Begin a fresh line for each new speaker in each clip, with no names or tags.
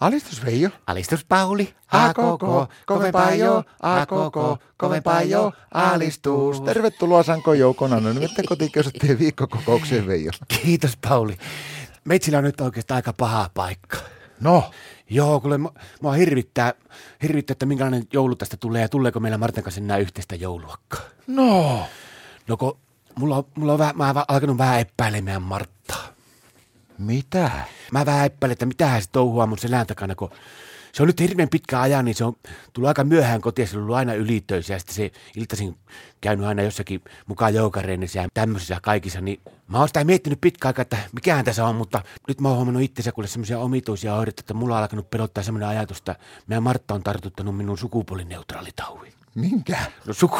Alistus Veijo.
Alistus Pauli,
A koko, kovempaa jo, a koko, kovempaa jo, alistus. Tervetuloa Sanko Joukona, no nyt kotikiusattiin viikkokokoukseen Veijo.
Kiitos Pauli. Meitsillä on nyt oikeastaan aika paha paikka.
No,
Joo, kuule, mua, mua hirvittää, hirvittää, että minkälainen joulu tästä tulee ja tuleeko meillä Martin kanssa enää yhteistä jouluakkaa.
no.
No kun mulla, on- mulla on vähän, mä oon vähän- alkanut vähän epäilemään Marttaa.
Mitä?
Mä vähän epäilen, että mitähän se touhuaa mun selän takana, kun se on nyt hirveän pitkä ajan, niin se on tullut aika myöhään kotiin, ja se on ollut aina ylitöissä, ja sitten se iltaisin käynyt aina jossakin mukaan joukareenissä ja tämmöisissä kaikissa, niin mä oon sitä miettinyt pitkä aikaa, että mikähän tässä on, mutta nyt mä oon huomannut itsensä kuule semmoisia omituisia oireita, että mulla on alkanut pelottaa semmoinen ajatus, että meidän Martta on tartuttanut minun sukupuolineutraalitauviin.
Minkä?
No suku,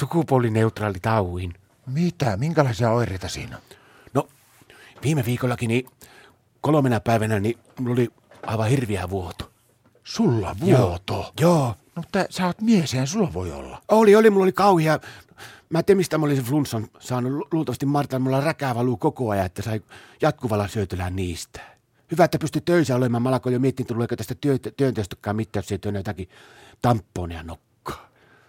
sukupuolineutraalitauviin.
Mitä? Minkälaisia oireita siinä on?
No, viime viikollakin, niin kolmena päivänä, niin mulla oli aivan hirviä vuoto.
Sulla vuoto.
Joo.
No mutta sä oot mies, eihän sulla voi olla.
Oli, oli, mulla oli kauhea. Mä en tiedä, mistä mä olin se flunssan saanut. Lu- Luultavasti Martan mulla räkää valuu koko ajan, että sai jatkuvalla syötöllä niistä. Hyvä, että pystyi töissä olemaan. Mä alkoin jo miettiä, tuleeko tästä työ, työnteostakaan mitään, jos ei työnnä jotakin tamponeja nokkaa.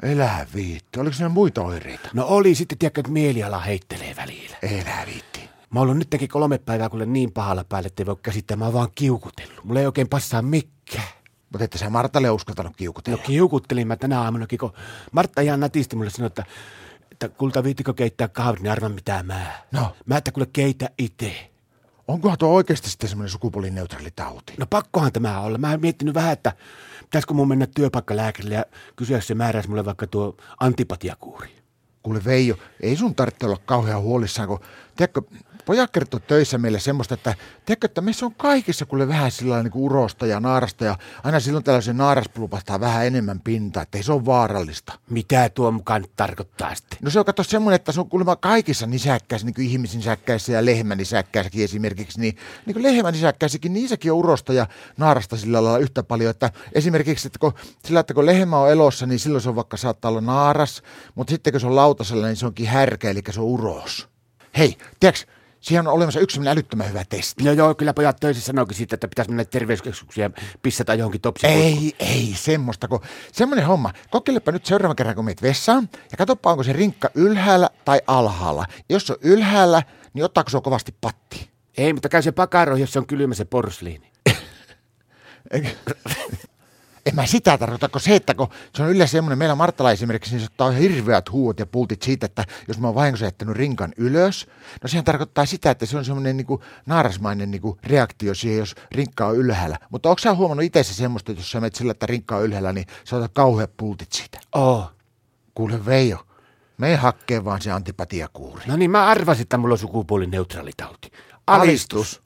Elä viitti. Oliko siinä muita oireita?
No oli sitten, tiedätkö, että mieliala heittelee välillä.
Elä viitti.
Mä oon ollut nytkin kolme päivää kuule niin pahalla päälle, että ei voi käsittää. Mä oon vaan kiukutellut. Mulla ei oikein passaa mikään.
Mutta että sä Martalle uskaltanut
No
kiukutella.
kiukuttelin mä tänä aamunakin, kun Martta ihan nätisti mulle sanoi, että, että kulta viittikö keittää kahvit, niin arvan mitä mä.
No.
Mä että kuule keitä itse.
Onkohan tuo oikeasti sitten semmoinen sukupuolineutraali tauti?
No pakkohan tämä olla. Mä oon miettinyt vähän, että pitäisikö mun mennä työpaikkalääkärille ja kysyä, jos se määräisi mulle vaikka tuo antipatiakuuri.
Kuule Veijo, ei sun tarvitse olla kauhean huolissaan, kun tiedätkö, pojat kertoo töissä meille semmoista, että tiedätkö, että meissä on kaikissa kuule vähän sillä niin urosta ja naarasta ja aina silloin tällaisen naaras plupahtaa vähän enemmän pintaa, että ei se ole vaarallista.
Mitä tuo mukaan nyt tarkoittaa sitten?
No se on kato semmoinen, että se on kuulemma kaikissa nisäkkäissä, niin kuin ihmisnisäkkäissä ja lehmänisäkkäissäkin esimerkiksi, niin, niin kuin lehmänisäkkäissäkin, niissäkin on urosta ja naarasta sillä lailla yhtä paljon, että esimerkiksi, että kun, sillä, että kun lehmä on elossa, niin silloin se on vaikka saattaa olla naaras, mutta sitten kun se on lautasella, niin se onkin härkä, eli se on uros. Hei, tiedätkö, siihen on olemassa yksi semmoinen älyttömän hyvä testi.
No joo, kyllä pojat töissä sanoikin siitä, että pitäisi mennä terveyskeskukseen ja pissata johonkin topsipuikkoon.
Ei, ei semmoista, kun semmoinen homma. Kokeilepa nyt seuraavan kerran, kun meet vessaan, ja katsopa, onko se rinkka ylhäällä tai alhaalla. Jos se on ylhäällä, niin ottaako se kovasti patti?
Ei, mutta käy se pakaro, jos se on kylmä se porsliini.
En mä sitä tarkoita, kun se, että kun se on yleensä semmoinen, meillä Marttala esimerkiksi, niin se ottaa hirveät huuot ja puutit siitä, että jos mä oon vahingossa jättänyt rinkan ylös, no sehän tarkoittaa sitä, että se on semmoinen niinku naarasmainen niinku reaktio siihen, jos rinkka on ylhäällä. Mutta onko sä huomannut itse semmoista, että jos sä menet sillä, että rinkka on ylhäällä, niin sä otat kauheat puutit siitä?
Oo.
Kuule Veijo, me ei hakkee vaan se antipatiakuuri.
No niin, mä arvasin, että mulla on sukupuolineutraali tauti.
Alistus.